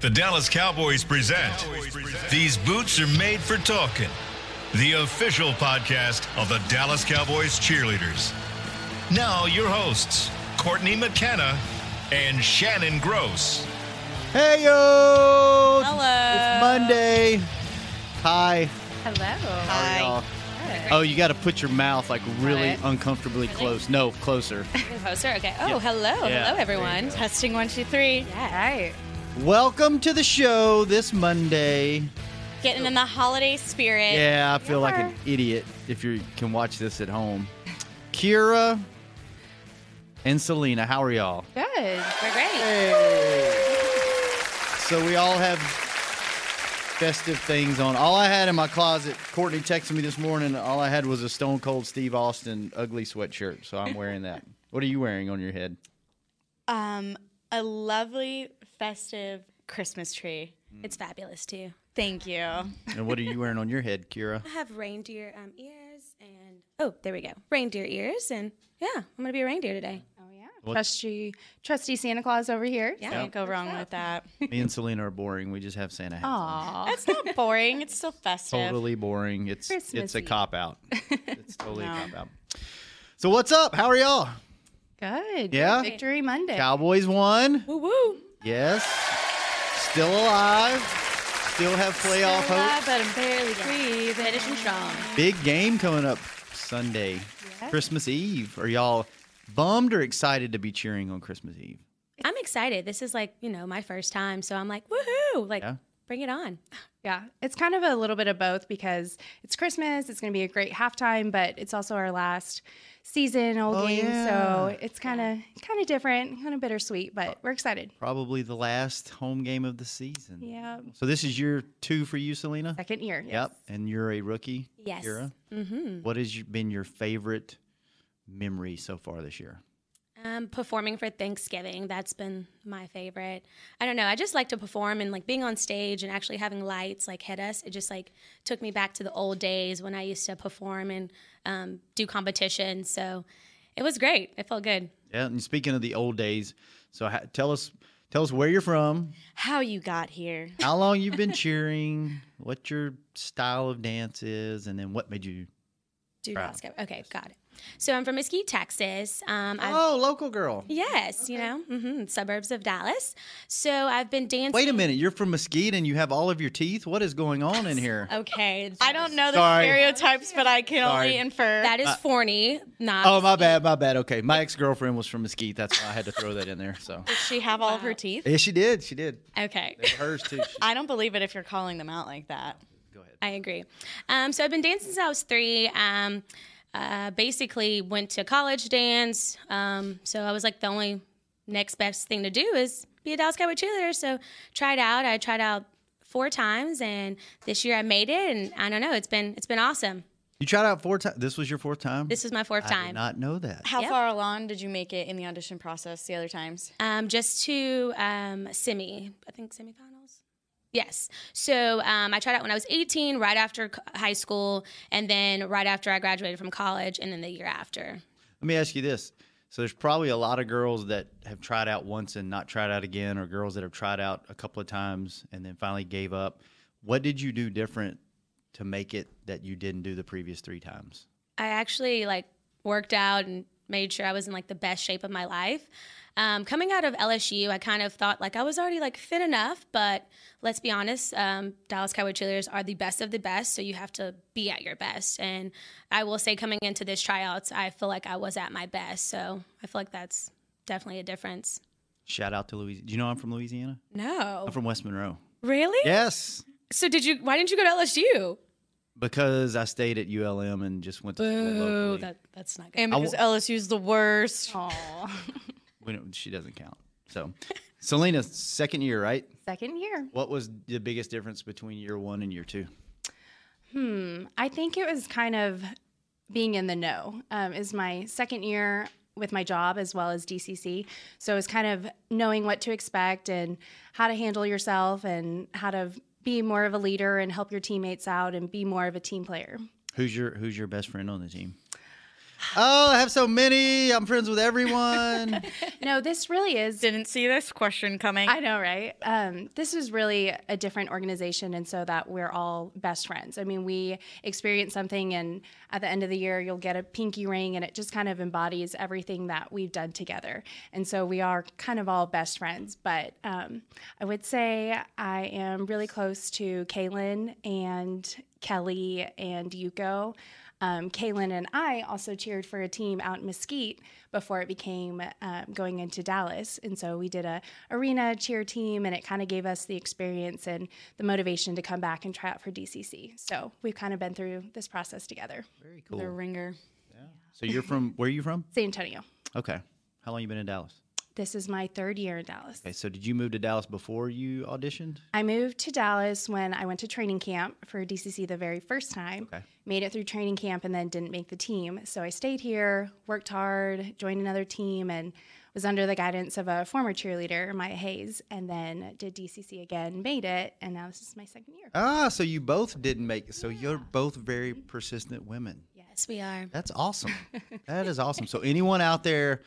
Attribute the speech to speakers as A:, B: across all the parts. A: The Dallas Cowboys present These Boots Are Made for Talking, the official podcast of the Dallas Cowboys cheerleaders. Now, your hosts, Courtney McKenna and Shannon Gross.
B: Hey yo!
C: Hello.
B: It's Monday. Hi.
C: Hello.
B: How are
D: Hi.
B: y'all? Oh, you got to put your mouth like really
C: Got it.
B: uncomfortably close. No, closer.
C: Hoster. Okay. Oh,
B: Yeah.
C: hello.
B: Yeah.
C: Hello, everyone.
D: Testing one, two, three.
C: Yes.
B: Welcome to the show this Monday.
C: Getting in the holiday spirit.
B: Yeah, I feel like an idiot if you can watch this at home. Kira and Selena, how are y'all?
D: Good.
C: We're great.
B: So we all have festive things on. All I had in my closet, Courtney texted me this morning, all I had was a Stone Cold Steve Austin ugly sweatshirt. So I'm wearing that. what are you wearing on your head?
D: Um, a lovely festive Christmas tree.
C: It's fabulous, too.
D: Thank you.
B: And what are you wearing on your head, Kira?
E: I have reindeer um, ears and oh, there we go, Oh. reindeer ears and yeah, I'm gonna be a reindeer today.
D: Trusty, trusty Santa Claus over here. Yeah. Can't go wrong with that.
B: Me and Selena are boring. We just have Santa hats. on.
D: Aw.
C: That's not boring. It's still festive.
B: Totally boring. It's it's a
D: Christmassy.
B: cop out. It's totally
D: No.
B: a cop out. So what's up? How are y'all?
D: Good.
B: Yeah?
D: Victory Monday.
B: Cowboys won.
E: Woo woo!
B: Yes. Still alive. Still have playoff
D: Still alive,
B: hope.
D: but I'm barely breathing.
C: Finishing strong.
B: Big game coming up Sunday, Christmas Eve. Are y'all bummed or excited to be cheering on Christmas Eve?
E: I'm excited. This is like you know my first time, so I'm like woohoo! Like
B: Yeah.
E: bring it on.
F: Yeah, it's kind of a little bit of both because it's Christmas, it's going to be a great halftime, but it's also our last seasonal
B: Oh,
F: game,
B: yeah.
F: so it's kind of kind of different, kind of bittersweet, but we're excited.
B: Probably the last home game of the season.
F: Yeah,
B: So this is year two for you, Selena.
F: second year.
B: Yep. And you're a rookie.
E: Yes.
B: Kira.
E: Mm-hmm.
B: What has your- been your favorite memory so far this year?
E: Um, performing for Thanksgiving that's been my favorite. I don't know. I just like to perform and like being on stage and actually having lights like hit us. It just like took me back to the old days when I used to perform and um, do competitions. So it was great. It felt good.
B: Yeah. And speaking of the old days, so ha- tell us tell us where you're from,
D: How you got here?
B: how long you've been cheering, what your style of dance is, and then what made you.
E: Do
B: Right.
E: not skip. Okay, got it. So I'm from Mesquite, Texas. Um, I've,
B: Oh, local girl.
E: yes, you know, hmm suburbs of Dallas. So I've been dancing.
B: Wait a minute, you're from Mesquite and you have all of your teeth? What is going on in here?
E: Okay,
D: I don't know the
B: Sorry.
D: stereotypes, but I can
B: Sorry.
D: only infer.
E: That is Forney, not.
B: Uh, Oh, my bad, my bad. Okay, my ex girlfriend was from Mesquite. That's why I had to throw that in there. So,
D: Does she have all of her teeth?
B: yeah, she did. She did.
E: Okay.
B: They were hers too. She-
D: I don't believe it if you're calling them out like that.
B: Go ahead.
E: I agree. Um, so I've been dancing since I was three. Um, uh, basically, went to college dance. Um, so I was like the only next best thing to do is be a Dallas Cowboy cheerleader. So tried out. I tried out four times, and this year I made it. And I don't know. It's been it's been awesome.
B: You tried out four times. This was your fourth time.
E: This was my fourth
B: I did
E: time.
B: not know that.
D: How
E: Yep.
D: far along did you make it in the audition process the other times?
E: um, just to um, semi, I think semifinals. Yes. So um, I tried out when I was 18, right after c- high school, and then right after I graduated from college, and then the year after.
B: Let me ask you this. So there's probably a lot of girls that have tried out once and not tried out again, or girls that have tried out a couple of times and then finally gave up. What did you do different to make it that you didn't do the previous three times?
E: I actually like worked out and made sure I was in like the best shape of my life. Um, coming out of LSU, I kind of thought like I was already like fit enough, but let's be honest, um, Dallas Cowboy cheerleaders are the best of the best, so you have to be at your best. And I will say, coming into this tryouts, I feel like I was at my best, so I feel like that's definitely a difference.
B: Shout out to Louisiana. Do you know I'm from Louisiana?
E: No,
B: I'm from West Monroe.
E: really?
B: Yes,
E: So did you? Why didn't you go to LSU?
B: because I stayed at ULM and just went to school locally.
E: that's not good.
D: And
B: I
D: because LSU's the worst.
B: we don't, she doesn't count. So, Selena, second year, right?
F: Second year.
B: What was the biggest difference between year one and year two?
F: I think it was kind of being in the know. Um, is my second year with my job as well as DCC, so it's kind of knowing what to expect and how to handle yourself and how to be more of a leader and help your teammates out and be more of a team player.
B: Who's your Who's your best friend on the team? Oh, I have so many. I'm friends with everyone.
F: No, this really is
C: Didn't see this question coming.
F: I know, right? Um, this is really a different organization, and so that we're all best friends. I mean, we experience something, and at the end of the year, you'll get a pinky ring, and it just kind of embodies everything that we've done together. And so we are kind of all best friends. But um, I would say I am really close to Kaylin and Kelly and Yuko. Um, Kaylin and I also cheered for a team out in Mesquite before it became um, going into Dallas. And so we did a arena cheer team, and it kind of gave us the experience and the motivation to come back and try out for DCC. So we've kind of been through this process together.
B: Very
C: the
B: cool.
C: ringer.
B: So you're from where are you from?
F: San Antonio.
B: Okay. How long you been in Dallas?
F: This is my third year in Dallas.
B: Okay, so did you move to Dallas before you auditioned?
F: I moved to Dallas when I went to training camp for DCC the very first time.
B: Okay.
F: Made it through training camp and then didn't make the team. So I stayed here, worked hard, joined another team, and was under the guidance of a former cheerleader, Maya Hayes, and then did DCC again, made it, and now this is my second year.
B: Ah, so you both didn't make it. So you're both very persistent women.
E: Yes, we are.
B: That's awesome. that is awesome. So anyone out there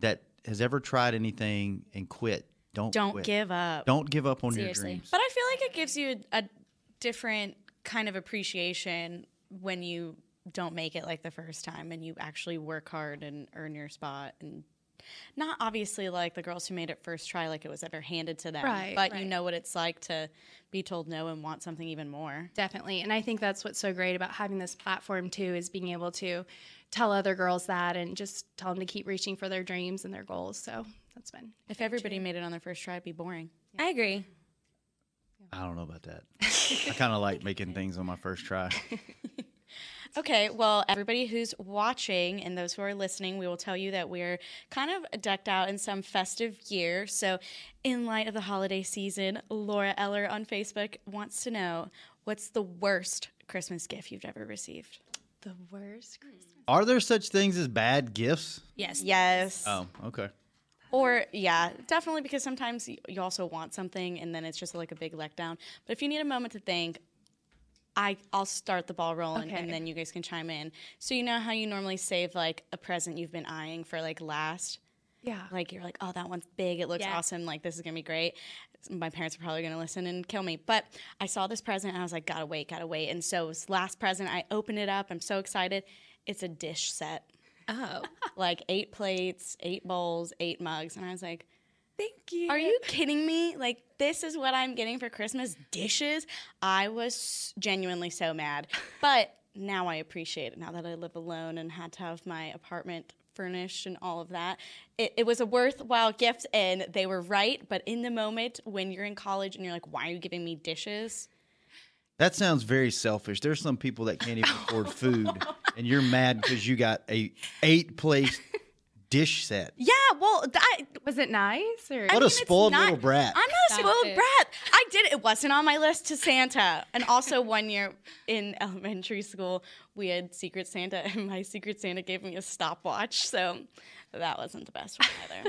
B: that has ever tried anything and quit, don't
C: Don't
B: quit.
C: give up.
B: don't give up on
E: Seriously.
B: your dreams.
C: But I feel like it gives you a, a different kind of appreciation when you don't make it like the first time and you actually work hard and earn your spot and not obviously like the girls who made it first try like it was ever handed to them
F: Right,
C: but you
F: right.
C: know what it's like to be told no and want something even more
F: Definitely. And I think that's what's so great about having this platform too is being able to tell other girls that and just tell them to keep reaching for their dreams and their goals. So that's been
C: if everybody made it on their first try it'd be boring
E: I agree.
B: I don't know about that. I kind of like making things on my first try.
C: Okay, well, everybody who's watching and those who are listening, we will tell you that we're kind of decked out in some festive gear. So, in light of the holiday season, Laura Eller on Facebook wants to know what's the worst Christmas gift you've ever received?
F: the worst Christmas.
B: Are there such things as bad gifts?
E: Yes.
C: Yes.
B: Oh, okay.
C: Or, yeah, definitely because sometimes y- you also want something and then it's just like a big letdown. But if you need a moment to think, I, I'll start the ball rolling and
F: Okay.
C: then you guys can chime in. So, you know how you normally save like a present you've been eyeing for like last?
F: Yeah.
C: like you're like, oh, that one's big. It looks
E: Yeah.
C: awesome. Like this is gonna be great. My parents are probably gonna listen and kill me. But I saw this present and I was like, gotta wait, gotta wait. And so this last present, I open it up. I'm so excited. It's a dish set,
E: Oh,
C: like eight plates, eight bowls, eight mugs. And I was like,
E: thank you.
C: are you kidding me? Like, this is what I'm getting for Christmas dishes? I was genuinely so mad. But now I appreciate it. Now that I live alone and had to have my apartment furnished and all of that, it, it was a worthwhile gift and they were right. But in the moment when you're in college and you're like, why are you giving me dishes?
B: That sounds very selfish. There's some people that can't even afford food, and you're mad because you got a eight place dish set.
C: Yeah, well, that,
F: Was it nice or
B: What a spoiled
C: not-
B: little brat.
C: I'm not a spoiled
E: it.
C: brat. I did. It wasn't on my list to Santa. And also, one year in elementary school, we had Secret Santa, and my Secret Santa gave me a stopwatch. So that wasn't the best one either.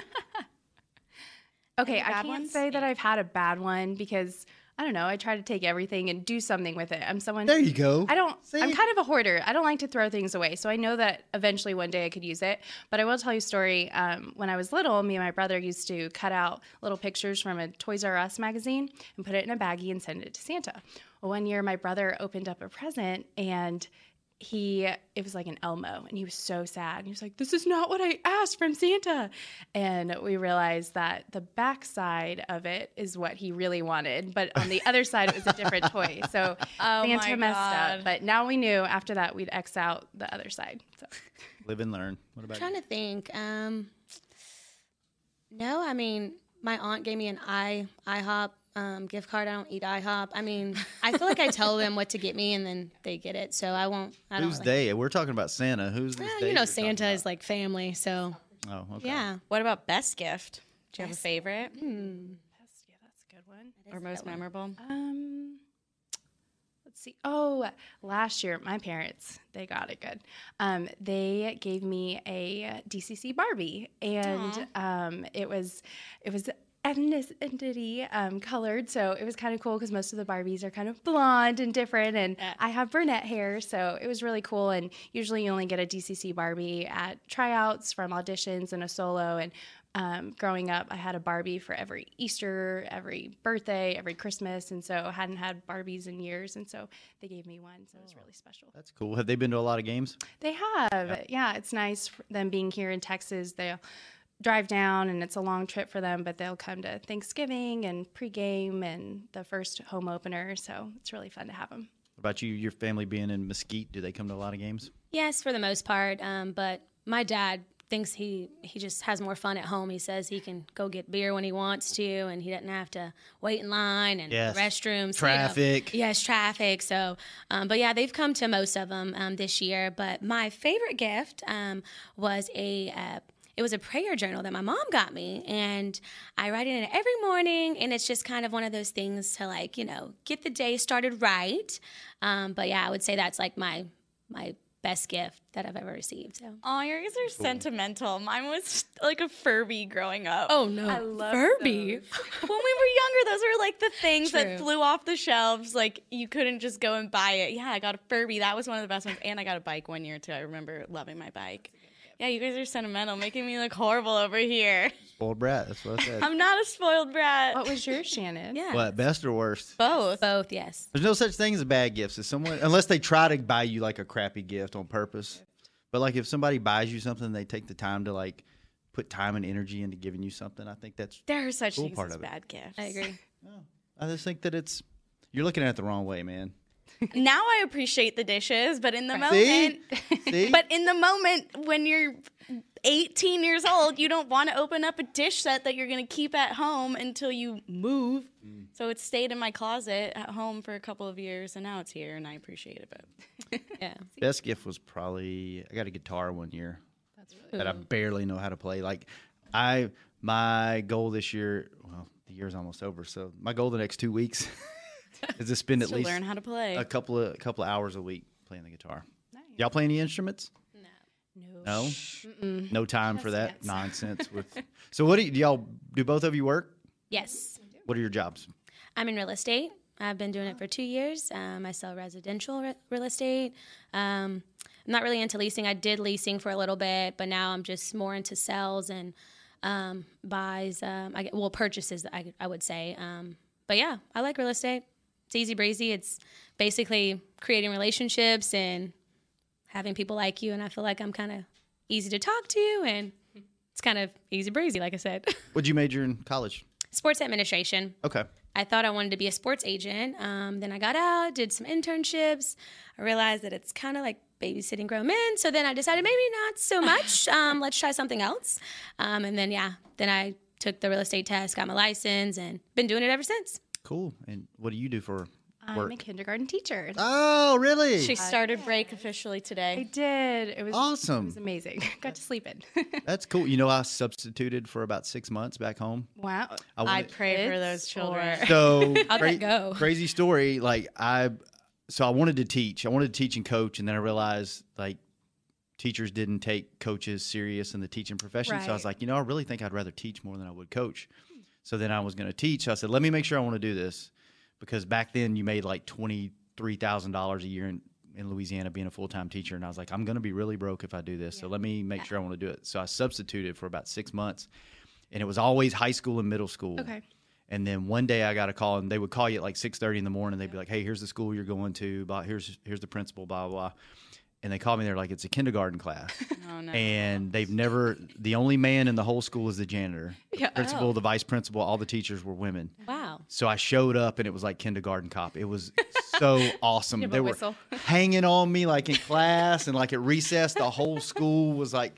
F: Okay,
C: Any
F: I
C: bad
F: can't
C: ones?
F: say that I've had a bad one because I don't know. I try to take everything and do something with it. I'm someone.
B: There you go.
F: I don't. I'm
B: See?
F: kind of a hoarder. I don't like to throw things away, so I know that eventually one day I could use it. But I will tell you a story. Um, when I was little, me and my brother used to cut out little pictures from a Toys R Us magazine and put it in a baggie and send it to Santa. Well, one year, my brother opened up a present and he it was like an elmo and he was so sad and he was like this is not what i asked from santa and we realized that the back side of it is what he really wanted but on the other side it was a different toy so
C: Oh my
F: santa messed
C: God.
F: up but now we knew after that we'd x out the other side so
B: Live and learn. What about
E: trying
B: you?
E: to think. Um, no, I mean, my aunt gave me an I IHOP um, gift card. I don't eat IHOP. I mean, I feel like I tell them what to get me, and then they get it. So I won't. I don't.
B: Who's
E: really-
B: they? We're talking about Santa. Who's this?
E: Well,
B: they
E: you know,
B: you're talking
E: Santa is like family. So
B: about? Oh, okay.
E: yeah,
C: What about best gift? Do you have a favorite
F: yeah that's a good one
C: or most memorable?
F: Um, let's see. Oh, last year my parents they got it good. Um, they gave me a DCC Barbie, and um, it was it was ethnicity um, colored. So it was kind of cool because most of the Barbies are kind of blonde and different. And I have brunette hair. So it was really cool. And usually you only get a DCC Barbie at tryouts from auditions and a solo. And um, growing up, I had a Barbie for every Easter, every birthday, every Christmas. And so I hadn't had Barbies in years. And so they gave me one. So it
C: Oh.
F: was really special.
B: That's cool. Have they been to a lot of games?
F: They have. Yeah, it's nice for them being here in Texas. They'll drive down and it's a long trip for them, but they'll come to Thanksgiving and pregame and the first home opener. So it's really fun to have them.
B: What about you, your family being in Mesquite, do they come to a lot of games?
E: Yes, for the most part. Um, but my dad thinks he he just has more fun at home. He says he can go get beer when he wants to, and he doesn't have to wait in line and
B: Yes.
E: restrooms. you know.
B: Traffic.
E: yes, traffic. So, um, but yeah, they've come to most of them um, this year. But my favorite gift um, was a. Uh, it was a prayer journal that my mom got me, and I write in it every morning. And it's just kind of one of those things to like, you know, get the day started right. Um, but yeah, I would say that's like my my best gift that I've ever received. So
C: Oh, yours are sentimental. Mine was like a Furby growing up.
E: Oh no,
F: I love
E: Furby.
C: when we were younger, those were like the things
E: True.
C: that flew off the shelves. Like you couldn't just go and buy it. Yeah, I got a Furby. That was one of the best ones. And I got a bike one year too. I remember loving my bike. Yeah, you guys are sentimental, making me look horrible over here.
B: Spoiled brat. That's what I said.
C: I'm not a spoiled brat.
F: What was yours, Shannon?
E: Yeah,
B: what, best or worst?
C: Both.
E: both. Yes.
B: There's no such thing as bad gifts. If someone, unless they try to buy you like a crappy gift on purpose, but like if somebody buys you something, they take the time to like put time and energy into giving you something. I think that's.
C: There are such
B: Cool
C: things
B: part
C: as
B: of it.
C: bad gifts.
E: I agree.
B: I just think that it's. You're looking at it the wrong way, man.
C: Now I appreciate the dishes, but in the moment,
B: See, see.
C: Oh, but in the moment when you're 18 years old, you don't want to open up a dish set that you're going to keep at home until you move. So it stayed in my closet at home for a couple of years, and now it's here, and I appreciate it. But
E: Yeah.
B: Best gift was probably I got a guitar one year that I barely know how to play. Like I my goal this year, well, the year's almost over, so my goal the next two weeks is to spend at
C: to
B: least
C: learn how to play.
B: a couple of a couple of hours a week playing the guitar. Y'all play any instruments? No. No. No time for that nonsense. With so what do, you, do y'all do? Both of you work?
E: Yes.
B: What are your jobs?
E: I'm in real estate. I've been doing it for two years. Um, I sell residential re- real estate. Um, I'm not really into leasing. I did leasing for a little bit, but now I'm just more into sales and um, buys. Um, I get, well, purchases. I, I would say. Um, but yeah, I like real estate. It's easy breezy. It's basically creating relationships and having people like you. And I feel like I'm kind of easy to talk to, and it's kind of easy breezy. Like I said,
B: What'd you major in college?
E: sports administration.
B: Okay.
E: I thought I wanted to be a sports agent. Um, then I got out, did some internships. I realized that it's kind of like babysitting grown men. So then I decided maybe not so much. Um, let's try something else. Um, and then, yeah, then I took the real estate test, got my license, and been doing it ever since.
B: Cool. And what do you do for
F: I'm
B: work?
F: a kindergarten teacher.
B: oh, really?
C: Uh, she started break officially
F: I
C: today.
F: did. It was It
B: awesome.
F: was amazing. Got to sleep in.
B: That's cool. You know, I substituted for about six months back home.
F: wow.
B: I
C: I,
B: went-
C: pray for
F: Kids
C: those children.
B: so
E: How'd that go?
B: crazy story. Like I, so I wanted to teach. I wanted to teach and coach, and then I realized like teachers didn't take coaches serious in the teaching profession. So I was
E: Right.
B: like, you know, I really think I'd rather teach more than I would coach. So then I was going to teach. So I said, let me make sure I want to do this because back then you made like twenty three thousand dollars a year in, in Louisiana being a full time teacher, and I was like, I'm going to be really broke if I do this. So let me make sure I want to do it. So I substituted for about six months, and it was always high school and middle school.
F: Okay.
B: And then one day I got a call, and they would call you at like six thirty in the morning. They'd be like, "Hey, here's the school you're going to. Blah, here's here's the principal. Blah blah." And they called me. They're like, "It's a kindergarten class."
C: Oh, no.
B: and they've never the only man in the whole school is the janitor the
F: Yeah.
B: principal
C: oh.
B: the vice principal all the teachers were women
E: Wow.
B: so i showed up and it was like kindergarten cop it was so awesome they were
F: whistle.
B: hanging on me like in class and like at recess the whole school was like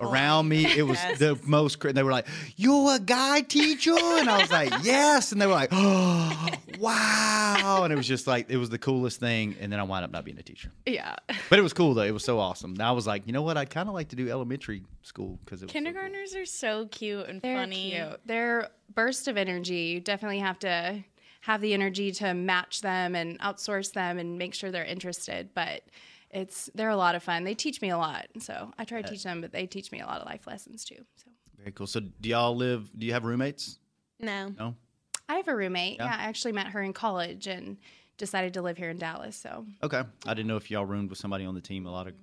B: around me it was the most cra- they were like you a guy teacher and i was like yes and they were like oh wow and it was just like it was the coolest thing and then i wound up not being a teacher
F: Yeah.
B: but it was cool though. It was so awesome. And I was like, you know what? I'd kind of like to do elementary school because it was so cool.
C: Kindergartners are so cute and
F: They're
C: funny.
F: cute. They're burst of energy. You definitely have to have the energy to match them and outsource them and make sure they're interested. But it's they're a lot of fun. They teach me a lot. So I try to teach them, but they teach me a lot of life lessons too. So
B: Very cool. So do y'all live? Do you have roommates?
E: No.
B: No.
F: I have a roommate.
B: Yeah.
F: Yeah. I actually met her in college and decided to live here in Dallas. So
B: Okay. I didn't know if y'all roomed with somebody on the team. A lot of,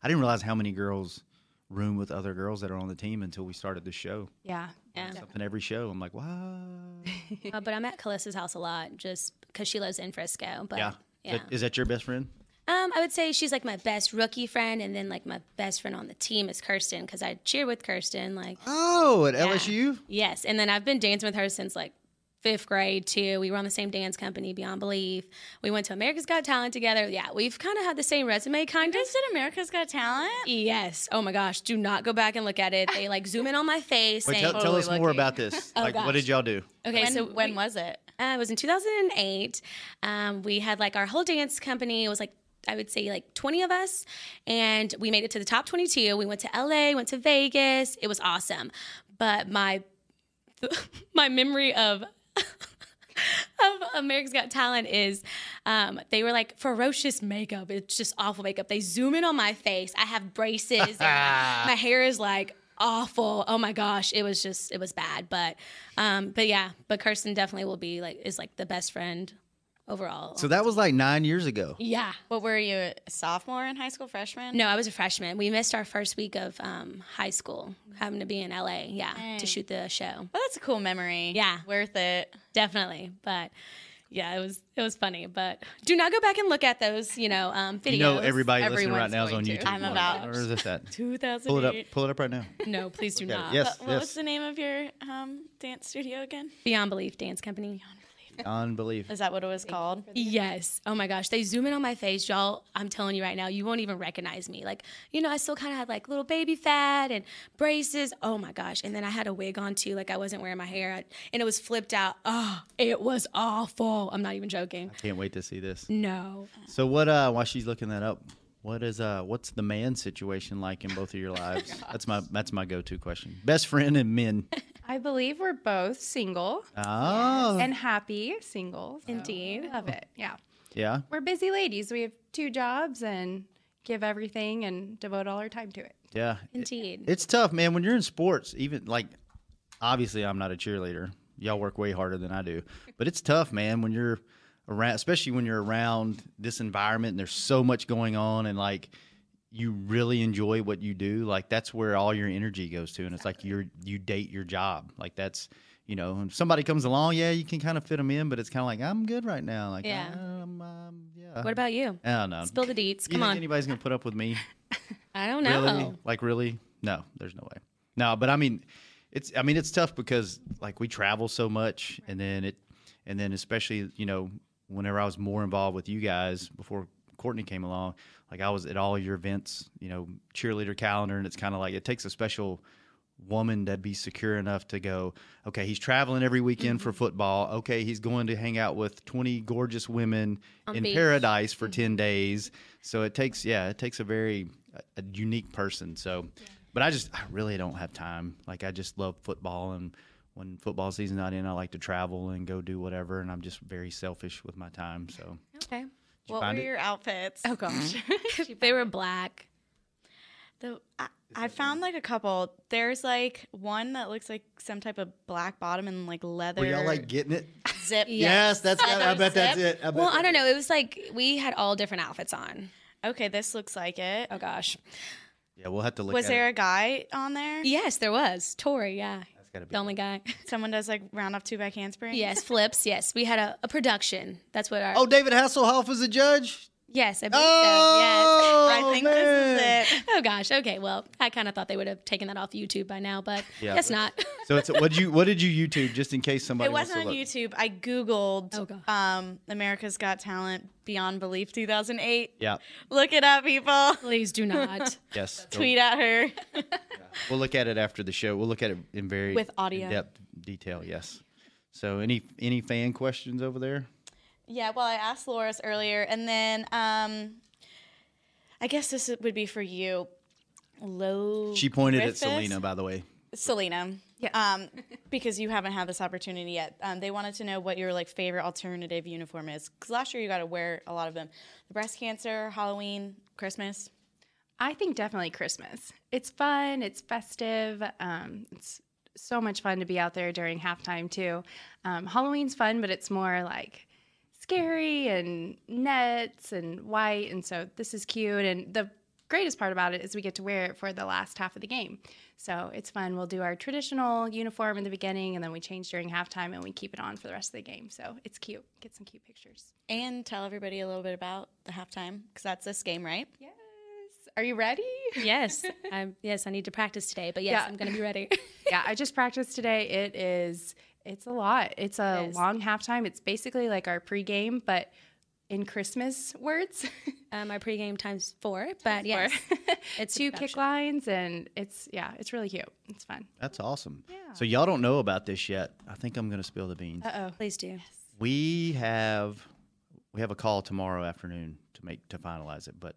B: I didn't realize how many girls room with other girls that are on the team until we started this show.
F: yeah,
E: Yeah.
B: And every show, I'm like, wow.
E: Uh, but I'm at Calissa's house a lot just because she lives in Frisco. But
B: Yeah.
E: yeah.
B: Is that- Is that your best friend?
E: Um, I would say she's like my best rookie friend, and then like my best friend on the team is Kirsten because I cheer with Kirsten. Like,
B: Oh, at LSU.
E: yes, and then I've been dancing with her since like fifth grade too. We were on the same dance company, Beyond Belief. We went to America's Got Talent together. Yeah, we've kind of had the same resume, kind of.
C: Guys did America's Got Talent?
E: Yes. Oh my gosh, do not go back and look at it. They like zoom in on my face.
B: Wait,
E: and-
B: tell, tell us more
F: lucky.
B: about this. like, what did y'all do?
E: okay,
C: when,
E: so
C: when was it?
E: Uh, it was in 2008. Um, we had like our whole dance company. It was like, I would say like 20 of us. And we made it to the top 22. We went to LA, went to Vegas. It was awesome. But my, my memory of, of America's Got Talent is um, they were like ferocious makeup. It's just awful makeup. They zoom in on my face. I have braces. and my, my hair is like awful. Oh my gosh, it was just it was bad. But um, but yeah, but Kirsten definitely will be like is like the best friend overall.
B: So that was like nine years ago.
E: yeah.
C: What were you, a sophomore in high school, freshman?
E: No, I was a freshman. We missed our first week of um, high school, having to be in LA, yeah, to shoot the show.
C: Well, Oh, that's a cool memory.
E: Yeah.
C: Worth it.
E: Definitely, but yeah, it was it was funny. But do not go back and look at those, you know, um, videos.
B: You know, everybody listening right
F: Everyone's
B: now is on
F: going to.
B: YouTube.
C: I'm
B: Like,
C: about-
B: Where is this at? Pull it up.
C: 2008.
B: Pull it up right now.
E: No, please do
B: Got it.
E: not.
B: Yes.
C: What was
B: yes.
C: the name of your um, dance studio again?
E: Beyond Belief Dance Company.
B: Unbelievable.
C: Is that what it was called?
E: Yes. Oh my gosh. They zoom in on my face, y'all. I'm telling you right now, you won't even recognize me. Like, you know, I still kind of had like little baby fat and braces. Oh my gosh. And then I had a wig on too. Like, I wasn't wearing my hair I- and it was flipped out. Oh, it was awful. I'm not even joking.
B: Can't wait to see this.
E: No.
B: So what? Uh, while she's looking that up, what is uh, what's the man situation like in both of your lives? that's my that's my go to question. Best friend and men.
F: I believe we're both single
B: Oh,
F: and happy singles.
E: Indeed.
F: love it. Yeah,
B: yeah.
F: we're busy ladies. We have two jobs and give everything and devote all our time to it.
B: Yeah.
E: Indeed.
B: It's tough, man. When you're in sports, even like, obviously, I'm not a cheerleader. Y'all work way harder than I do, but it's tough, man. When you're around, especially when you're around this environment, and there's so much going on, and like you really enjoy what you do. Like that's where all your energy goes to, and it's like you're you date your job. Like that's you know, when somebody comes along, yeah, you can kind of fit them in, but it's kind of like I'm good right now. Like
E: Yeah.
B: um, um, yeah.
E: What about you?
B: I don't know.
E: Spill the deets.
B: you
E: Come
B: think
E: on.
B: anybody's gonna put up with me?
E: I don't know.
B: Really? Like really? No, there's no way. No, but I mean, it's I mean it's tough because like we travel so much, and then it, and then especially you know whenever I was more involved with you guys before Courtney came along, like I was at all your events, you know, cheerleader calendar, and it's kind of like it takes a special woman to be secure enough to go okay he's traveling every weekend
E: Mm-hmm.
B: for football okay he's going to hang out with 20 gorgeous women
E: On
B: in
E: beach. Mm-hmm.
B: paradise for 10 days so it takes yeah it takes a very a, a unique person so but i just i really don't have time like i just love football and when football season's not in i like to travel and go do whatever and i'm just very selfish with my time so
E: Okay.
B: you
C: what
B: find
C: were
B: it?
C: your outfits?
F: Oh gosh.
E: they were black.
C: The, I, I found like a couple. There's like one that looks like some type of black bottom and like leather
B: were y'all like getting it
C: zip.
B: yes that's i
C: Leather
B: bet that's
C: zip.
B: it I bet
E: Well, I don't know. It was like we had all different outfits on.
C: Okay, this looks like it.
E: Oh gosh.
B: yeah we'll have to look
C: Was
B: at
C: there
B: it.
C: a guy on there?
E: Yes, there was. Tori, yeah.
B: That's gotta be
E: The only guy.
C: Someone does like round off two back handspring.
E: Yes, flips. Yes, we had a, a production. That's what our.
B: oh david hasselhoff was a judge
E: yes, I believe so.
B: oh
C: I think
B: man.
C: this is it.
E: Yes. Oh gosh. Okay. Well, I kind of thought they would have taken that off YouTube by now, but
B: Yeah.
E: guess not.
B: So it's what you what did you YouTube just in case somebody
C: It
B: wants
C: wasn't on
B: to look.
C: YouTube. I googled
E: Oh, God.
C: um, "America's Got Talent Beyond Belief 2008."
B: Yeah.
C: Look it up, people.
E: Please do not.
B: Yes.
C: Tweet at her.
B: We'll look at it after the show. We'll look at it in very
C: With audio.
B: depth detail. Yes. So any any fan questions over there?
C: Yeah, well, I asked Laura's earlier, and then um, I guess this would be for you, Low.
B: She pointed
C: Griffiths?
B: at Selena, by the way.
C: Selena. Yeah. Um, because you haven't had this opportunity yet. Um, they wanted to know what your like favorite alternative uniform is. Because last year you got to wear a lot of them: the breast cancer, Halloween, Christmas.
F: I think definitely Christmas. It's fun. It's festive. Um, it's so much fun to be out there during halftime too. Um, Halloween's fun, but it's more like scary and nets and white, and so this is cute. And the greatest part about it is we get to wear it for the last half of the game, so it's fun. We'll do our traditional uniform in the beginning, and then we change during halftime, and we keep it on for the rest of the game. So it's cute. Get some cute pictures.
C: And tell everybody a little bit about the halftime because that's this game, right?
F: Yes. Are you ready?
E: yes, I'm, yes, I need to practice today, but yes,
F: Yeah.
E: I'm gonna be ready.
F: yeah, I just practiced today. It is it's a lot. It's a
E: It is.
F: long halftime. It's basically like our pregame, but in Christmas words.
E: uh, my pregame times four, but
F: Or-
E: yes, it's
F: two
E: a
F: kick
E: production.
F: lines and it's yeah, it's really cute. It's fun.
B: That's awesome. So y'all don't know about this yet. I think I'm going to spill the beans.
F: Uh oh.
E: Please do.
B: we have we have a call tomorrow afternoon to make to finalize it, but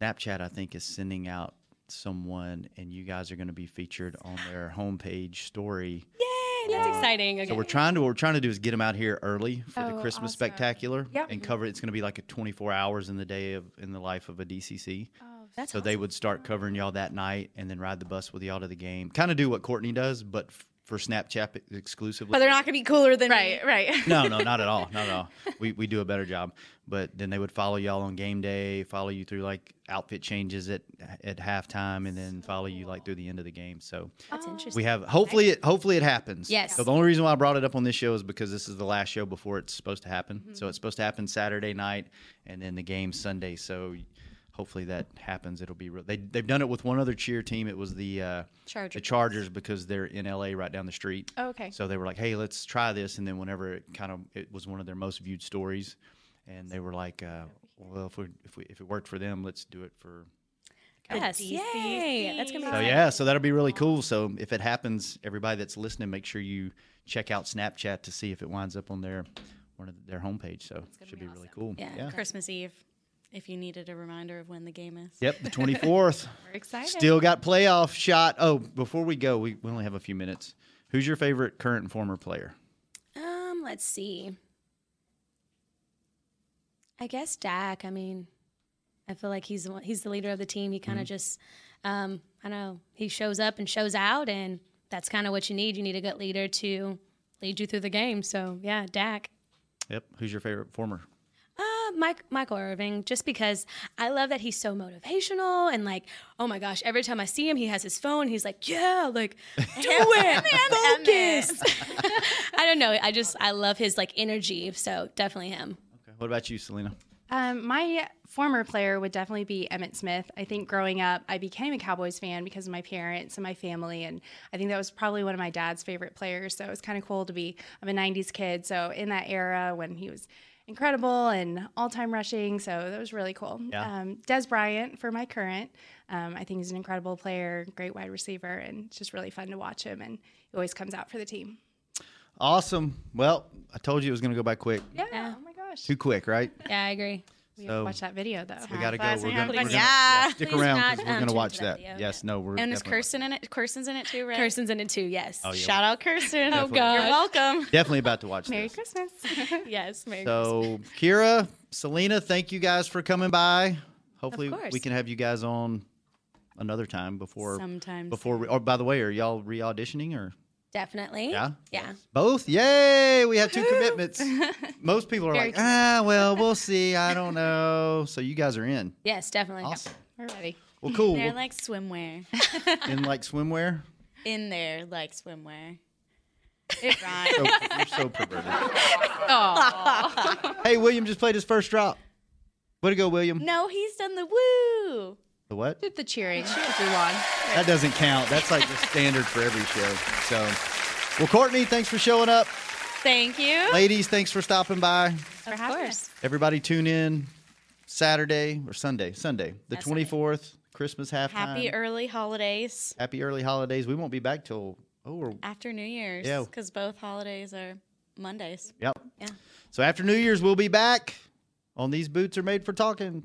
B: Snapchat I think is sending out someone, and you guys are going to be featured on their homepage story.
E: Yay, that's exciting. Okay.
B: So we're trying to what we're trying to do is get them out here early for the
F: Oh,
B: Christmas
F: awesome.
B: spectacular
F: Yep.
B: and cover. It's going to be like a 24 hours in the day of in the life of a DCC.
F: Oh,
E: that's
B: so they would start covering y'all that night and then ride the bus with y'all to the game. Kind of do what Courtney does, but f- for Snapchat e, exclusively.
C: But they're not going to be cooler than me.
F: right.
B: no, no, not at all. Not at all. We, we do a better job. But then they would follow y'all on game day, follow you through like outfit changes at at halftime, and then follow you like through the end of the game. So
E: that's interesting.
B: we have hopefully it hopefully it happens.
E: Yes.
B: So the only reason why I brought it up on this show is because this is the last show before it's supposed to happen.
E: Mm-hmm.
B: So it's supposed to happen Saturday night, and then the game Sunday. So hopefully that happens. It'll be real. They they've done it with one other cheer team. It was the uh,
E: Chargers.
B: the Chargers because they're in LA right down the street.
F: Oh, okay.
B: So they were like, hey, let's try this. And then whenever it kind of it was one of their most viewed stories, and they were like, uh, well, if we if we if it worked for them, let's do it for
E: yes, yay, that's gonna be
B: so
E: exciting.
B: yeah, so that'll be really cool. So if it happens, everybody that's listening, make sure you check out Snapchat to see if it winds up on their one of their homepage. So should be, really cool.
E: Yeah.
C: Christmas Eve, if you needed a reminder of when the game is.
B: Yep, the twenty fourth.
F: We're excited.
B: Still got playoff shot. Oh, before we go, we, we only have a few minutes. Who's your favorite current and former player?
E: Um, let's see. I guess Dak. I mean, I feel like he's the one, he's the leader of the team. He kind of just, um, I know he shows up and shows out, and that's kind of what you need. You need a good leader to lead you through the game. So yeah, Dak.
B: Yep. Who's your favorite former?
E: Uh, Mike, Michael Irving, just because I love that he's so motivational and like, oh my gosh, every time I see him, he has his phone. He's like, yeah, like, do it, focus. I don't know. I just, I love his like energy. So definitely him.
B: Okay. What about you, Selena?
F: Um, my former player would definitely be Emmett Smith. I think growing up, I became a Cowboys fan because of my parents and my family, and I think that was probably one of my dad's favorite players. So it was kind of cool to be. I'm a '90s kid, so in that era when he was incredible and all-time rushing, so that was really cool.
B: Yeah.
F: Um, Des Bryant for my current. Um, I think he's an incredible player, great wide receiver, and it's just really fun to watch him. And he always comes out for the team.
B: Awesome. Well, I told you it was gonna go by quick.
F: Yeah. Oh my gosh.
B: Too quick, right?
E: Yeah, I agree.
F: We
B: So-
F: have to watch that video though.
B: We gotta go.
C: Guys,
B: We're
C: we
B: gonna,
C: have
B: we're
C: to-
B: gonna
C: Yeah.
B: stick
E: Please
B: around
E: not,
B: because we're
E: um,
B: gonna
E: tune
B: watch
E: into that
B: that.
E: video.
B: Yes. No. We're
C: And is
B: definitely-
C: Kirsten in it? Kirsten's in it too, right?
E: Kirsten's in it too. Yes.
B: Oh, yeah.
C: Shout out Kirsten.
B: Definitely.
C: Oh, You're welcome.
B: Definitely about to watch
F: Merry
B: this.
F: Christmas.
E: Yes. Merry
B: So, Kira, Selena, thank you guys for coming by. Hopefully, we
E: course.
B: can have you guys on another time before
C: Sometimes.
B: before. We, oh, by the way, are y'all re auditioning or
E: Definitely.
B: yeah?
E: Yeah.
B: Both? Yay! We have two commitments. Most people are
F: Very
B: like, ah, well, we'll see. I don't know. So you guys are in.
E: Yes, definitely.
B: Awesome.
F: We're ready.
B: Well, cool.
C: They're like swimwear.
B: in like swimwear.
C: in there, like swimwear. It rhymes.
B: So, Oh, you're so perverted. hey, William just played his first drop. Way to go, William.
C: no, he's done the woo.
B: The what?
F: Did the cheering. We won.
B: That doesn't count. That's like the standard for every show. So, well, Courtney, thanks for showing up.
C: Thank you.
B: Ladies, thanks for stopping by.
F: Of
E: course.
B: Everybody, tune in Saturday or Sunday, Sunday, the
E: That's Sunday.
B: 24th, Christmas halftime.
C: Happy early holidays
B: Happy early holidays. We won't be back till, oh, we're,
C: after New Year's.
B: Yeah.
C: Because both holidays are Mondays.
B: yep.
C: Yeah.
B: So, after New Year's, we'll be back on These Boots Are Made for Talking.